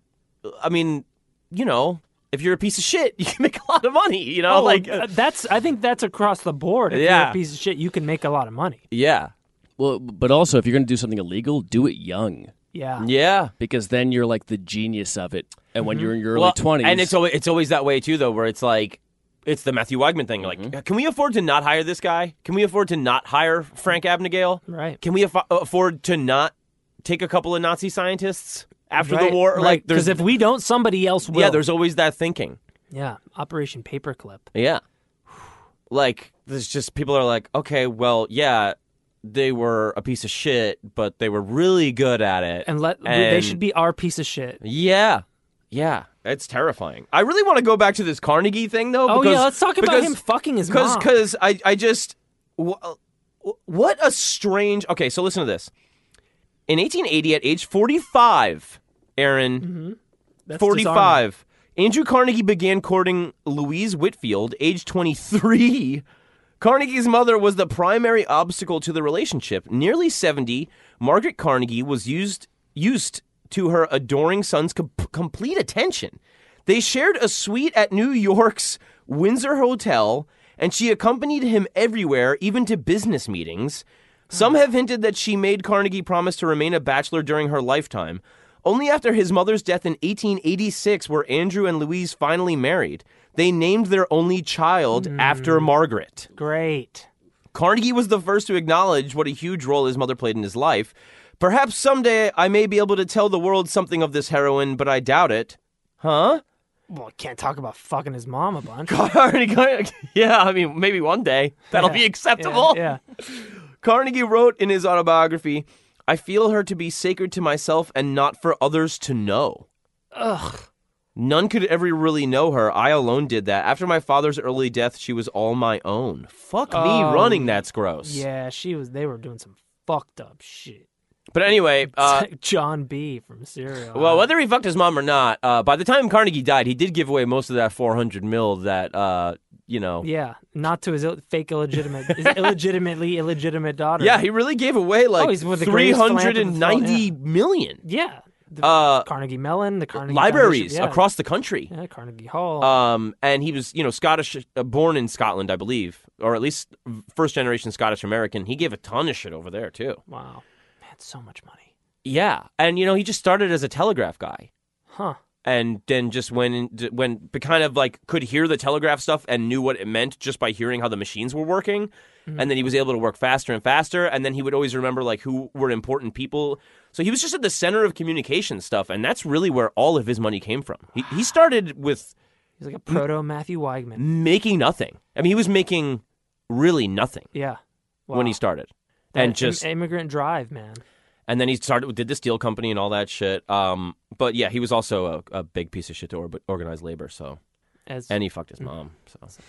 I mean, you know, if you're a piece of shit, you can make a lot of money, you know? Oh, like, uh, like that's. I think that's across the board. If you're Yeah. a piece of shit, you can make a lot of money. yeah. Well, but also if you're going to do something illegal, do it young Yeah. Yeah. because then you're like the genius of it. And when you're in your early Mm-hmm. Well, twenties, And it's always, it's always that way, too, though, where it's like, it's the Matthew Wegman thing. Mm-hmm. Like, can we afford to not hire this guy? Can we afford to not hire Frank Abnegale? Right. Can we affo- afford to not take a couple of Nazi scientists after Right, the war? right. Like, there's, because if we don't, somebody else will. yeah, there's always that thinking. yeah. Operation Paperclip. Yeah. Like there's just people are like, okay, well, yeah, they were a piece of shit, but they were really good at it. And let they And- should be our piece of shit. Yeah. Yeah. It's terrifying. I really want to go back to this Carnegie thing though. Oh because, yeah, let's talk about because, him fucking his Because, mom. because I, I just, wh- what a strange. Okay, so listen to this. In 1880, at age 45, Aaron, That's 45. Andrew Carnegie began courting Louise Whitfield, age 23, Carnegie's mother was the primary obstacle to the relationship. Nearly 70, Margaret Carnegie was used used to her adoring son's com- complete attention. They shared a suite at New York's Windsor Hotel, and she accompanied him everywhere, even to business meetings. Some have hinted that she made Carnegie promise to remain a bachelor during her lifetime. Only after his mother's death in 1886 were Andrew and Louise finally married. They named their only child Hmm. after Margaret. Great. Carnegie was the first to acknowledge what a huge role his mother played in his life. Perhaps someday I may be able to tell the world something of this heroine, but I doubt it. Huh? Well, can't talk about fucking his mom a bunch. Carnegie, yeah, I mean, maybe one day that'll be acceptable. Yeah, Carnegie wrote in his autobiography, I feel her to be sacred to myself and not for others to know. Ugh. None could ever really know her. I alone did that. After my father's early death, she was all my own. Fuck Oh, me running, that's gross. Yeah, she was. They were doing some fucked up shit. But anyway, uh, John B from Serial. Well, whether he fucked his mom or not, uh, by the time Carnegie died, he did give away most of that 400 mil that, uh, you know. Yeah. yeah, not to his Ill- fake illegitimate, his illegitimately illegitimate daughter. he really gave away like Oh, he's one of the three greatest hundred and philanthropists of all- ninety million yeah. The Uh, Carnegie Mellon, the Carnegie libraries Foundation, yeah. across the country. yeah, Carnegie Hall. Um, and he was, you know, Scottish, uh, born in Scotland, I believe, or at least first generation Scottish American. He gave a ton of shit over there too. wow, man, so much money, Yeah, and you know, he just started as a telegraph guy. huh? and then just went in, when kind of like could hear the telegraph stuff and knew what it meant just by hearing how the machines were working and then he was able to work faster and faster and then he would always remember like who were important people so he was just at the center of communication stuff and that's really where all of his money came from he, he started with He's like a proto Matthew Weigman. making nothing i mean he was making really nothing Yeah, when Wow. he started That and im- just immigrant drive, man. and then he started did the steel company and all that shit um but yeah he was also a, a big piece of shit to or- organize labor so As and he fucked his mom so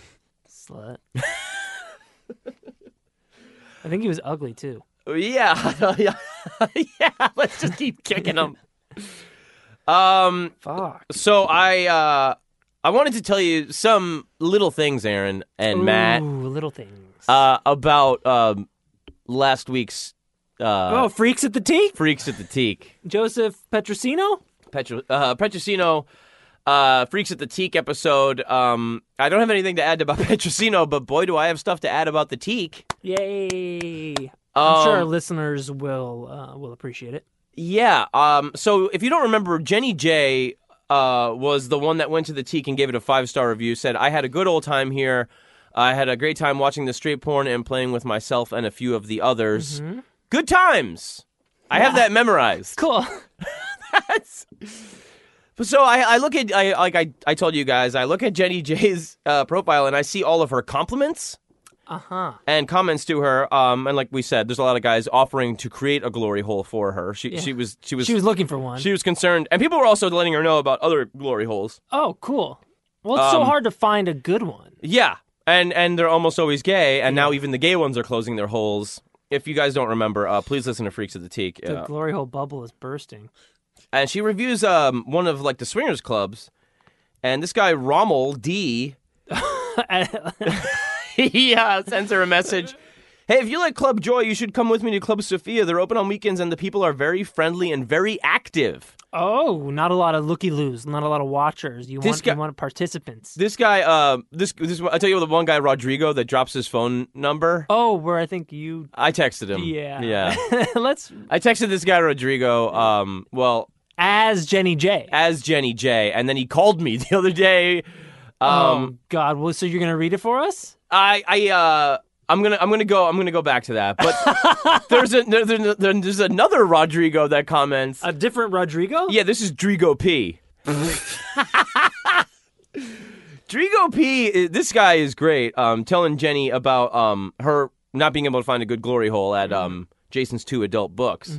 slut. I think he was ugly too. Yeah, yeah, yeah. Let's just keep kicking them. Um. Fuck. So I, uh, I wanted to tell you some little things, Aaron and Matt, Ooh, little things. uh, about um last week's uh oh, freaks at the tea. freaks at the teak. Joseph Petrosino. Petro, uh, Petrosino, uh, Freaks at the Teak episode. Um, I don't have anything to add about Petrosino, but boy, do I have stuff to add about the teak. Yay! I'm sure Um, our listeners will uh, will appreciate it. Yeah. Um, so if you don't remember, Jenny J uh, was the one that went to the teak and gave it a five star review. Said, I had a good old time here. I had a great time watching the straight porn and playing with myself and a few of the others. Good times. I have that memorized. Cool. But So I, I look at I like I, I told you guys I look at Jenny J's uh, profile and I see all of her compliments Uh huh. and comments to her um, and like we said there's a lot of guys offering to create a glory hole for her she she was she was She was looking for one. she was concerned and people were also letting her know about other glory holes oh, cool. Well, it's Um, so hard to find a good one. Yeah, and and they're almost always gay, and now even the gay ones are closing their holes. If you guys don't remember, uh, please listen to Freaks of the Teak. The Uh, glory hole bubble is bursting. and she reviews um, one of like the swingers clubs, and this guy Rommel D. he uh, sends her a message. Hey, if you like Club Joy, you should come with me to Club Sophia. They're open on weekends, and the people are very friendly and very active. oh, not a lot of looky loos, not a lot of watchers. You This want guy- you want participants. This guy, uh, this this I tell you the one guy Rodrigo that drops his phone number. oh, where I think you. I texted him. Yeah. yeah. Let's I texted this guy Rodrigo. Um, well, as Jenny J. as Jenny J, and then he called me the other day. Um, oh God. Well, so you're gonna read it for us? I, I, uh, I'm gonna, I'm gonna go, I'm gonna go back to that. But there's a, there, there, there- there's another Rodrigo that comments. A different Rodrigo? yeah, this is Drigo P. Drigo P. i- This guy is great. Um, telling Jenny about um her not being able to find a good glory hole at um Jason's two adult books.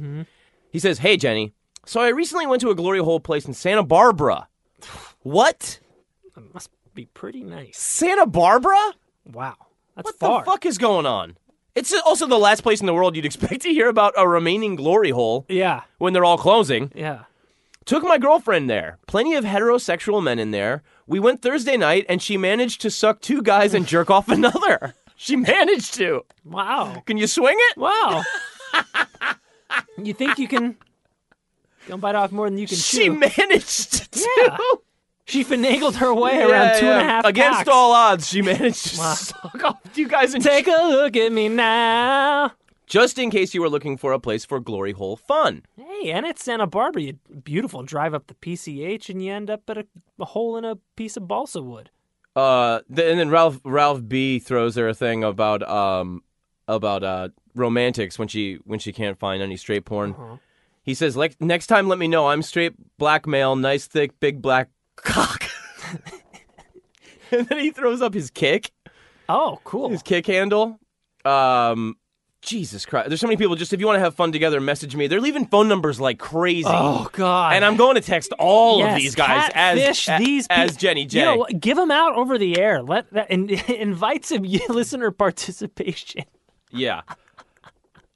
He says, "Hey Jenny, so I recently went to a glory hole place in Santa Barbara. What?" It must be pretty nice. Santa Barbara? Wow. That's What far. the fuck is going on? It's also the last place in the world you'd expect to hear about a remaining glory hole Yeah. when they're all closing. Yeah. Took my girlfriend there. Plenty of heterosexual men in there. We went Thursday night and she managed to suck two guys and jerk off another. She managed to. Wow. Can you swing it? Wow. you think you can? Don't bite off more than you can She chew. managed to. Yeah. she finagled her way around two and a half. Against packs. all odds, she managed to Wow. suck off. Do you guys enjoy? Take a look at me now. Just in case you were looking for a place for glory hole fun. Hey, and it's Santa Barbara. You beautiful drive up the PCH, and you end up at a, a hole in a piece of balsa wood. Uh, th- and then Ralph Ralph B throws her a thing about um about uh romantics when she when she can't find any straight porn. Uh-huh. He says, like next time, let me know. I'm straight, black male, nice thick, big black cock. and then he throws up his kick, Oh, cool. his kick handle. Um, Jesus Christ! There's so many people. Just if you want to have fun together, message me. They're leaving phone numbers like crazy. Oh God. And I'm going to text all yes, of these guys as catfish a- these pe- as Jenny J. You know, what? give them out over the air. Let that and invite some listener participation. Yeah.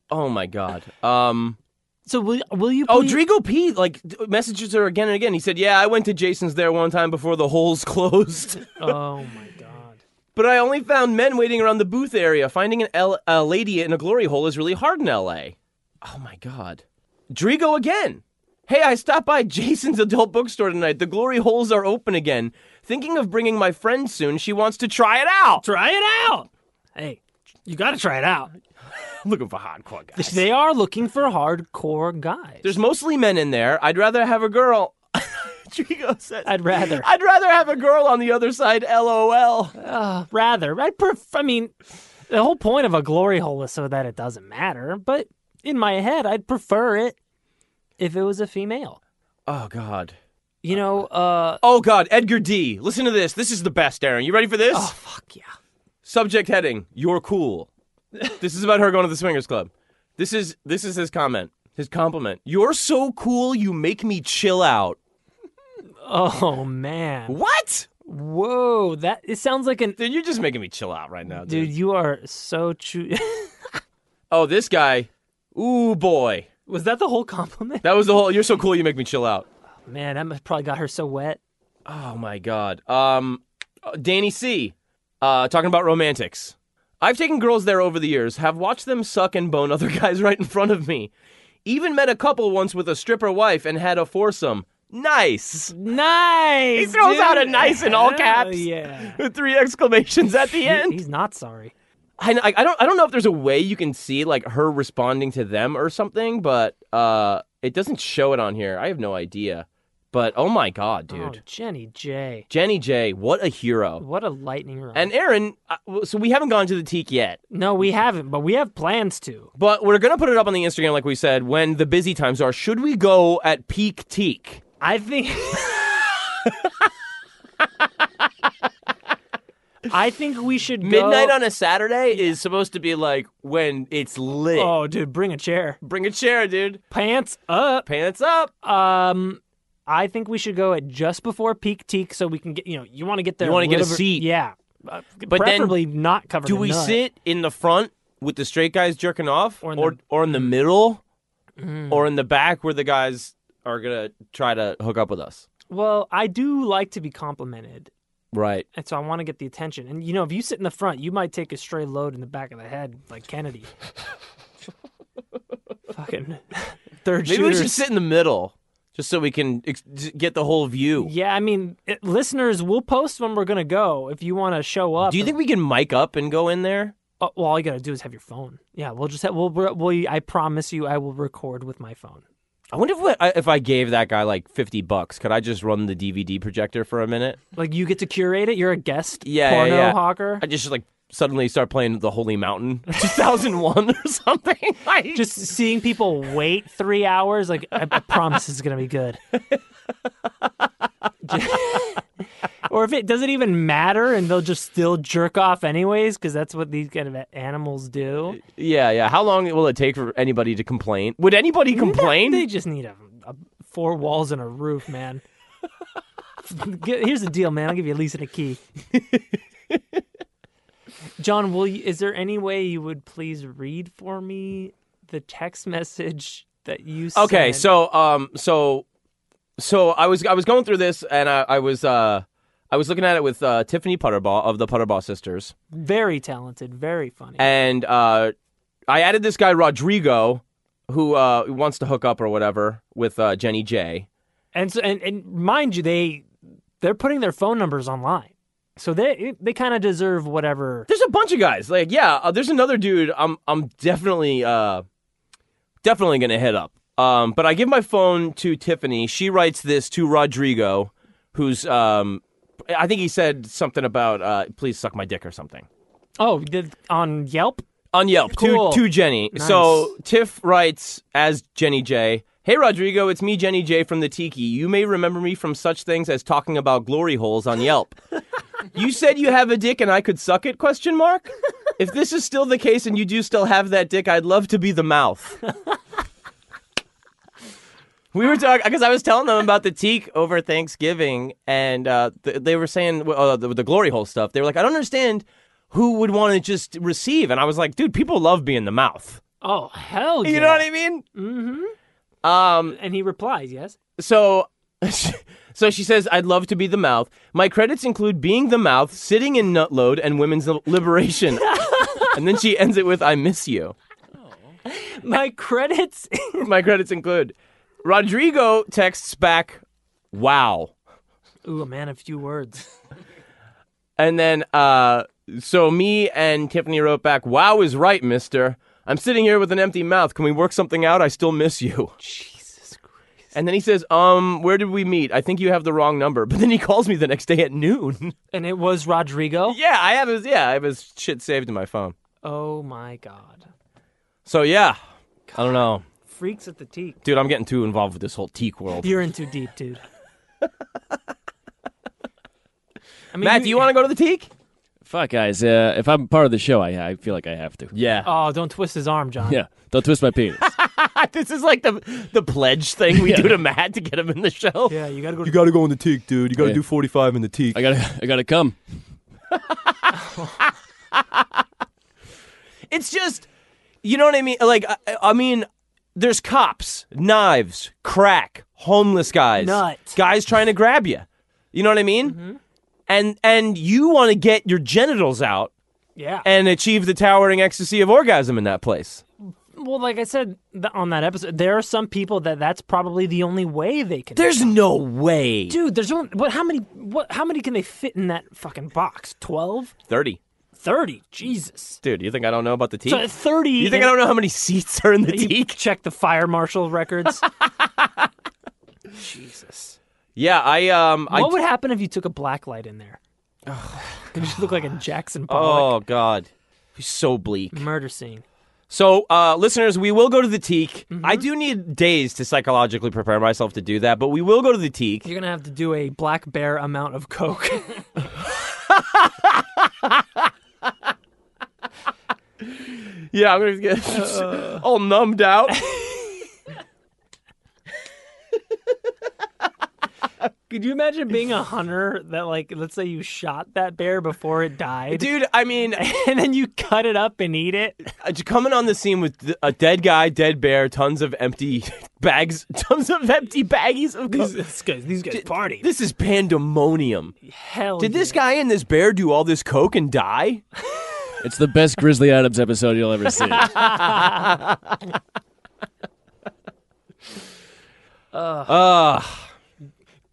Oh my God. Um. So will will you? Oh, please- Drigo P. Like d- messages her again and again. He said, "Yeah, I went to Jason's there one time before the holes closed, Oh my God. but I only found men waiting around the booth area. Finding an L- a lady in a glory hole is really hard in L.A." Oh my God. Drigo again. Hey, I stopped by Jason's adult bookstore tonight. The glory holes are open again. Thinking of bringing my friend soon. She wants to try it out. Try it out. Hey, you got to try it out. I'm looking for hardcore guys. They are looking for hardcore guys. There's mostly men in there. I'd rather have a girl. Drigo says, I'd rather. I'd rather have a girl on the other side, lol. rather. I pref- I mean, the whole point of a glory hole is so that it doesn't matter. But in my head, I'd prefer it if it was a female. Oh, God. You know, uh, Oh, God. Edgar D. Listen to this. This is the best, Aaron. You ready for this? oh fuck yeah. Subject heading You're cool. this is about her going to the swingers club. This is this is his comment, his compliment. You're so cool, you make me chill out. Oh man. What? Whoa, that it sounds like an Dude, you're just making me chill out right now, dude. dude. You are so true. Oh, this guy. Ooh, boy. was that the whole compliment? That was the whole. You're so cool, you make me chill out. Man, that must- probably got her so wet. Oh my god. Um Danny C uh talking about romantics. I've taken girls there over the years, have watched them suck and bone other guys right in front of me. Even met a couple once with a stripper wife and had a foursome. Nice. Nice. He throws dude. out a nice in all Hell caps. Yeah. With three exclamations at the He- end. he's not sorry. I, I- I don't I don't know if there's a way you can see like her responding to them or something, but uh it doesn't show it on here. I have no idea. But oh my god, dude. Oh, Jenny J. Jenny J, what a hero. What a lightning rod. And Aaron, uh, w- so we haven't gone to the teak yet, no, we haven't, but we have plans to. but we're going to put it up on the Instagram, like we said, when the busy times are. Should we go at peak teak? I think. I think we should go- Midnight on a Saturday is supposed to be like when it's lit. Oh, dude, bring a chair. Bring a chair, dude. Pants up. Pants up. Um, I think we should go at just before peak teak, so we can get. You know, you want to get there. You wanna a get a little bit- seat. Yeah, Uh, then preferably not covered. Do in we nut. sit in the front with the straight guys jerking off, Or or in or, the- Mm. in the middle, or in the back where the guys are going to try to hook up with us? Well, I do like to be complimented, Right. and so I want to get the attention. And you know, if you sit in the front, you might take a stray load in the back of the head, like Kennedy. Fucking third Maybe shooter. we should sit in the middle just so we can ex- get the whole view. Yeah, I mean, it, listeners, we'll post when we're gonna go. If you want to show up, Do you think we can mic up and go in there? Oh, well, all you gotta do is have your phone. Yeah, we'll just have. We'll, we'll, we I promise you, I will record with my phone. I wonder if what, if I gave that guy like fifty bucks, could I just run the DVD projector for a minute? Like you get to curate it. You're a guest. Yeah, yeah, porno yeah. hawker. I just like suddenly start playing the Holy Mountain, two thousand one or something. Like, Just seeing people wait three hours. Like I, I promise, it's gonna be good. or if it doesn't even matter, and they'll just still jerk off anyways, because that's what these kind of animals do. yeah, yeah. How long will it take for anybody to complain? Would anybody complain? They just need a, a four walls and a roof, man. Get- Here's the deal, man. I'll give you a lease and a key. John, will you, is there any way you would please read for me the text message that you sent? okay, so um, so so I was I was going through this and I, I was uh. I I was looking at it with uh, Tiffany Putterbaugh of the Putterbaugh sisters, Very talented, very funny. and uh, I added this guy Rodrigo, who uh, wants to hook up or whatever with uh, Jenny J. And so, and, and mind you, they they're putting their phone numbers online, so they they kind of deserve whatever. There's a bunch of guys. Like, yeah, uh, there's another dude. I'm I'm definitely uh, definitely gonna hit up. Um, but I give my phone to Tiffany. She writes this to Rodrigo, who's um, I think he said something about uh, please suck my dick or something. Oh, did, on Yelp. on Yelp Cool. to, to Jenny. Nice. So Tiff writes as Jenny J. Hey Rodrigo, it's me Jenny J from the Tiki. You may remember me from such things as talking about glory holes on Yelp. you said you have a dick and I could suck it? Question mark. If this is still the case and you do still have that dick, I'd love to be the mouth. We were talking because I was telling them about the teak over Thanksgiving, and uh, th- they were saying uh, the, the glory hole stuff. They were like, I don't understand who would want to just receive, and I was like, dude, people love being the mouth. Oh hell yeah! You know what I mean? Mm-hmm. Um, And he replies, yes. so. So she says, I'd love to be the mouth. My credits include being the mouth, sitting in Nutload, and Women's Liberation. and then she ends it with, I miss you. My credits. My credits include. Rodrigo texts back, wow. Ooh, a man of few words. And then, uh, so me and Tiffany wrote back, Wow is right, mister. I'm sitting here with an empty mouth. Can we work something out? I still miss you. Jesus Christ. And then he says, Um, where did we meet? I think you have the wrong number. But then he calls me the next day at noon. And it was Rodrigo. yeah, I have his, yeah, I have his shit saved in my phone. Oh my God! So yeah, I don't know. Freaks at the teak. Dude, I'm getting too involved with this whole teak world. You're in too deep, dude. I mean, Matt, do you want to go to the teak? Fuck, guys. Uh, if I'm part of the show, I, I feel like I have to. Yeah. Oh, don't twist his arm, John. Yeah, don't twist my penis. this is like the the pledge thing we do to Matt to get him in the show. Yeah, you gotta go. To- gotta go in the teak, dude. You gotta Yeah. do 45 in the teak. I gotta, I gotta come. It's just, you know what I mean? Like, I, I mean, there's cops, knives, crack, homeless guys, Nut. guys trying to grab you. You know what I mean? And and you want to get your genitals out yeah. and achieve the towering ecstasy of orgasm in that place. Well, like I said th- on that episode, there are some people that that's probably the only way they can. There's no way. dude, there's only what? How many? What? How many can they fit in that fucking box? 12? Thirty, 30? Jesus! dude. You think I don't know about the teak? So at thirty. you think I don't know how many seats are in the You teak? check the fire marshal records. Jesus! Yeah, I um, I What would happen if you took a black light in there? Could you look like a Jackson Pollock oh god, he's so bleak. murder scene? So, uh, listeners, we will go to the teak. Mm-hmm. I do need days to psychologically prepare myself to do that, but we will go to the teak. You're gonna have to do a black bear amount of coke. Yeah, I'm gonna get Uh. all numbed out. Could you imagine being a hunter that, like, let's say you shot that bear before it died? Dude, I mean, and then you cut it up and eat it. uh, coming on the scene with th- a dead guy, dead bear, tons of empty bags, tons of empty baggies of co- These guys, these guys party. This is pandemonium. Hell, Did this guy and this bear do all this coke and die? It's the best Grizzly Adams episode you'll ever see. Ugh.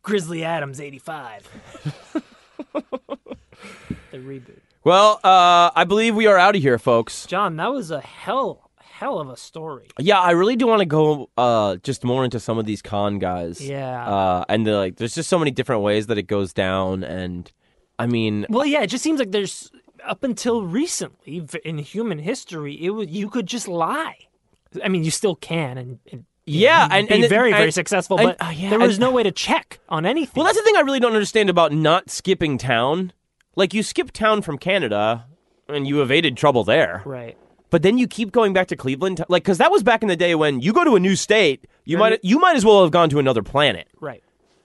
Grizzly Adams '85? the reboot. Well, uh, I believe we are out of here, folks. John, that was a hell, hell of a story. Yeah, I really do want to go uh, just more into some of these con guys. Yeah. uh, and the, like, there's just so many different ways that it goes down, and I mean, Well, yeah, it just seems like there's up until recently v- in human history, it was you could just lie. I mean, you still can, and, and yeah, and, be and it- very, very and- successful, and- but uh, yeah, there was and- no way to check on anything. Well, that's the thing I really don't understand about not skipping town. Like, you skip town from Canada, and you evaded trouble there, right. but then you keep going back to Cleveland, like, because that was back in the day when you go to a new state, you might you might as well have gone to another planet. Right.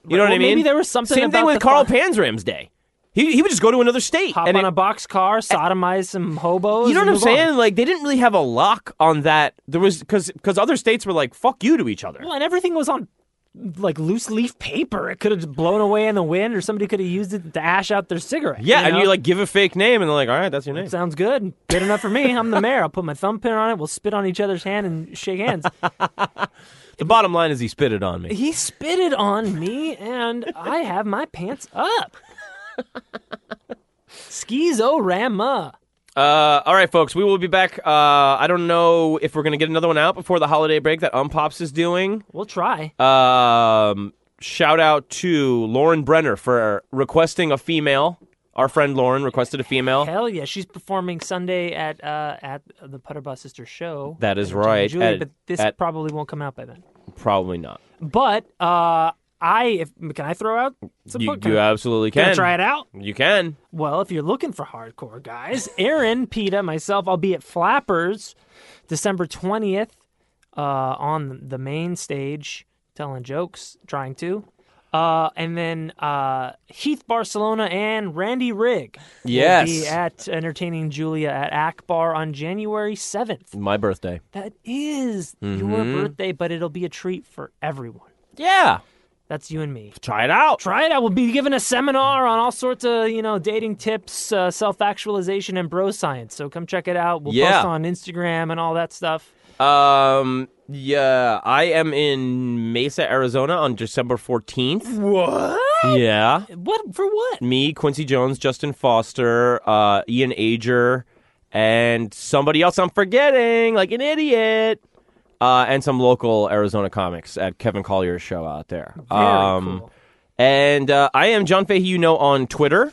You know what Well, I mean? Maybe there was something. Same about thing with the Carl fu- Panzram's day. He, he would just go to another state Hop and on it- a box car, sodomize some hobos. You know and what I'm move on. saying? Like they didn't really have a lock on that. There was because because other states were like fuck you to each other. Well, and everything was on like loose leaf paper. It could have just blown away in the wind, or somebody could have used it to ash out their cigarette. Yeah, you and know? you like give a fake name, and they're like, "All right, that's your name." Sounds good. Good enough for me. I'm the mayor. I'll put my thumbprint on it. We'll spit on each other's hand and shake hands. The bottom line is he spit it on me. he spitted on me, and I have my pants up. Schizorama. Uh, all right, folks, we will be back. Uh, I don't know if we're gonna get another one out before the holiday break that Umpops is doing. We'll try. Um, shout out to Lauren Brenner for requesting a female. Our friend Lauren requested a female. Hell yeah, she's performing Sunday at uh, at the Putterbus Sisters show. That is at Jim and right, Julie, at- but this at- probably won't come out by then. Probably not. But uh, I if, can I throw out some You, book- you absolutely can I can. try it out? You can. Well, if you're looking for hardcore guys, Aaron, PETA, myself, I'll be at Flappers December 20th uh, on the main stage, telling jokes, trying to. Uh, and then uh, Heath Barcelona and Randy Rigg will Yes. be at Entertaining Julia at Akbar on January 7th. My birthday. That is your Mm-hmm. birthday, but it'll be a treat for everyone. Yeah. That's you and me Try it out. try it. I will be giving a seminar on all sorts of you know dating tips, uh, self actualization, and bro science. So come check it out. We'll Yeah. post on Instagram and all that stuff. Um. Yeah, I am in Mesa, Arizona on December fourteenth. What? Yeah, What for? What? me, Quincy Jones, Justin Foster, uh, Ian Ager, and somebody else I'm forgetting, like an idiot. Uh, and some local Arizona comics at Kevin Collier's show out there. Very um, cool. and uh, I am John Fahey, you know, on Twitter.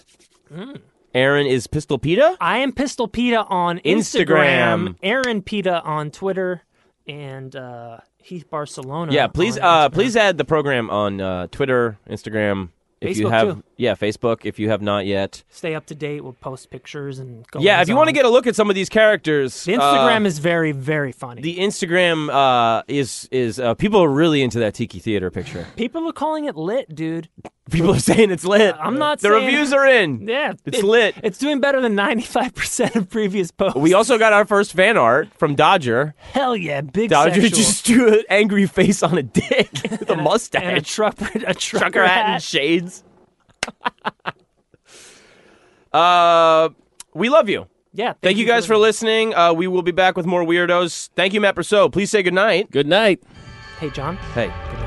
Hmm. Aaron is Pistol Pita. I am Pistol Peta on Instagram. Instagram. Aaron Peta on Twitter, and uh, Heath Barcelona. Yeah, please, on uh, Instagram. please add the program on uh, Twitter, Instagram. If you Facebook, have, too. yeah, Facebook. If you have not yet, stay up to date. We'll post pictures and go yeah. If you want to get a look at some of these characters, the uh, Instagram is very very funny. the Instagram uh, is is uh, people are really into that Tiki Theater picture. People are calling it lit, dude. People are saying it's lit. I'm not The saying- reviews are in. Yeah, It's lit. It's doing better than 95% of previous posts. We also got our first fan art from Dodger. Hell yeah, big Dodger sexual. just drew an angry face on a dick with a mustache, and a trucker, a trucker trucker hat and hat. shades. uh, we love you. Yeah, Thank you guys for listening. Uh, we will be back with more weirdos. Thank you, Matt Brousseau. Please say goodnight. Good night. Hey, John. Hey. Good night.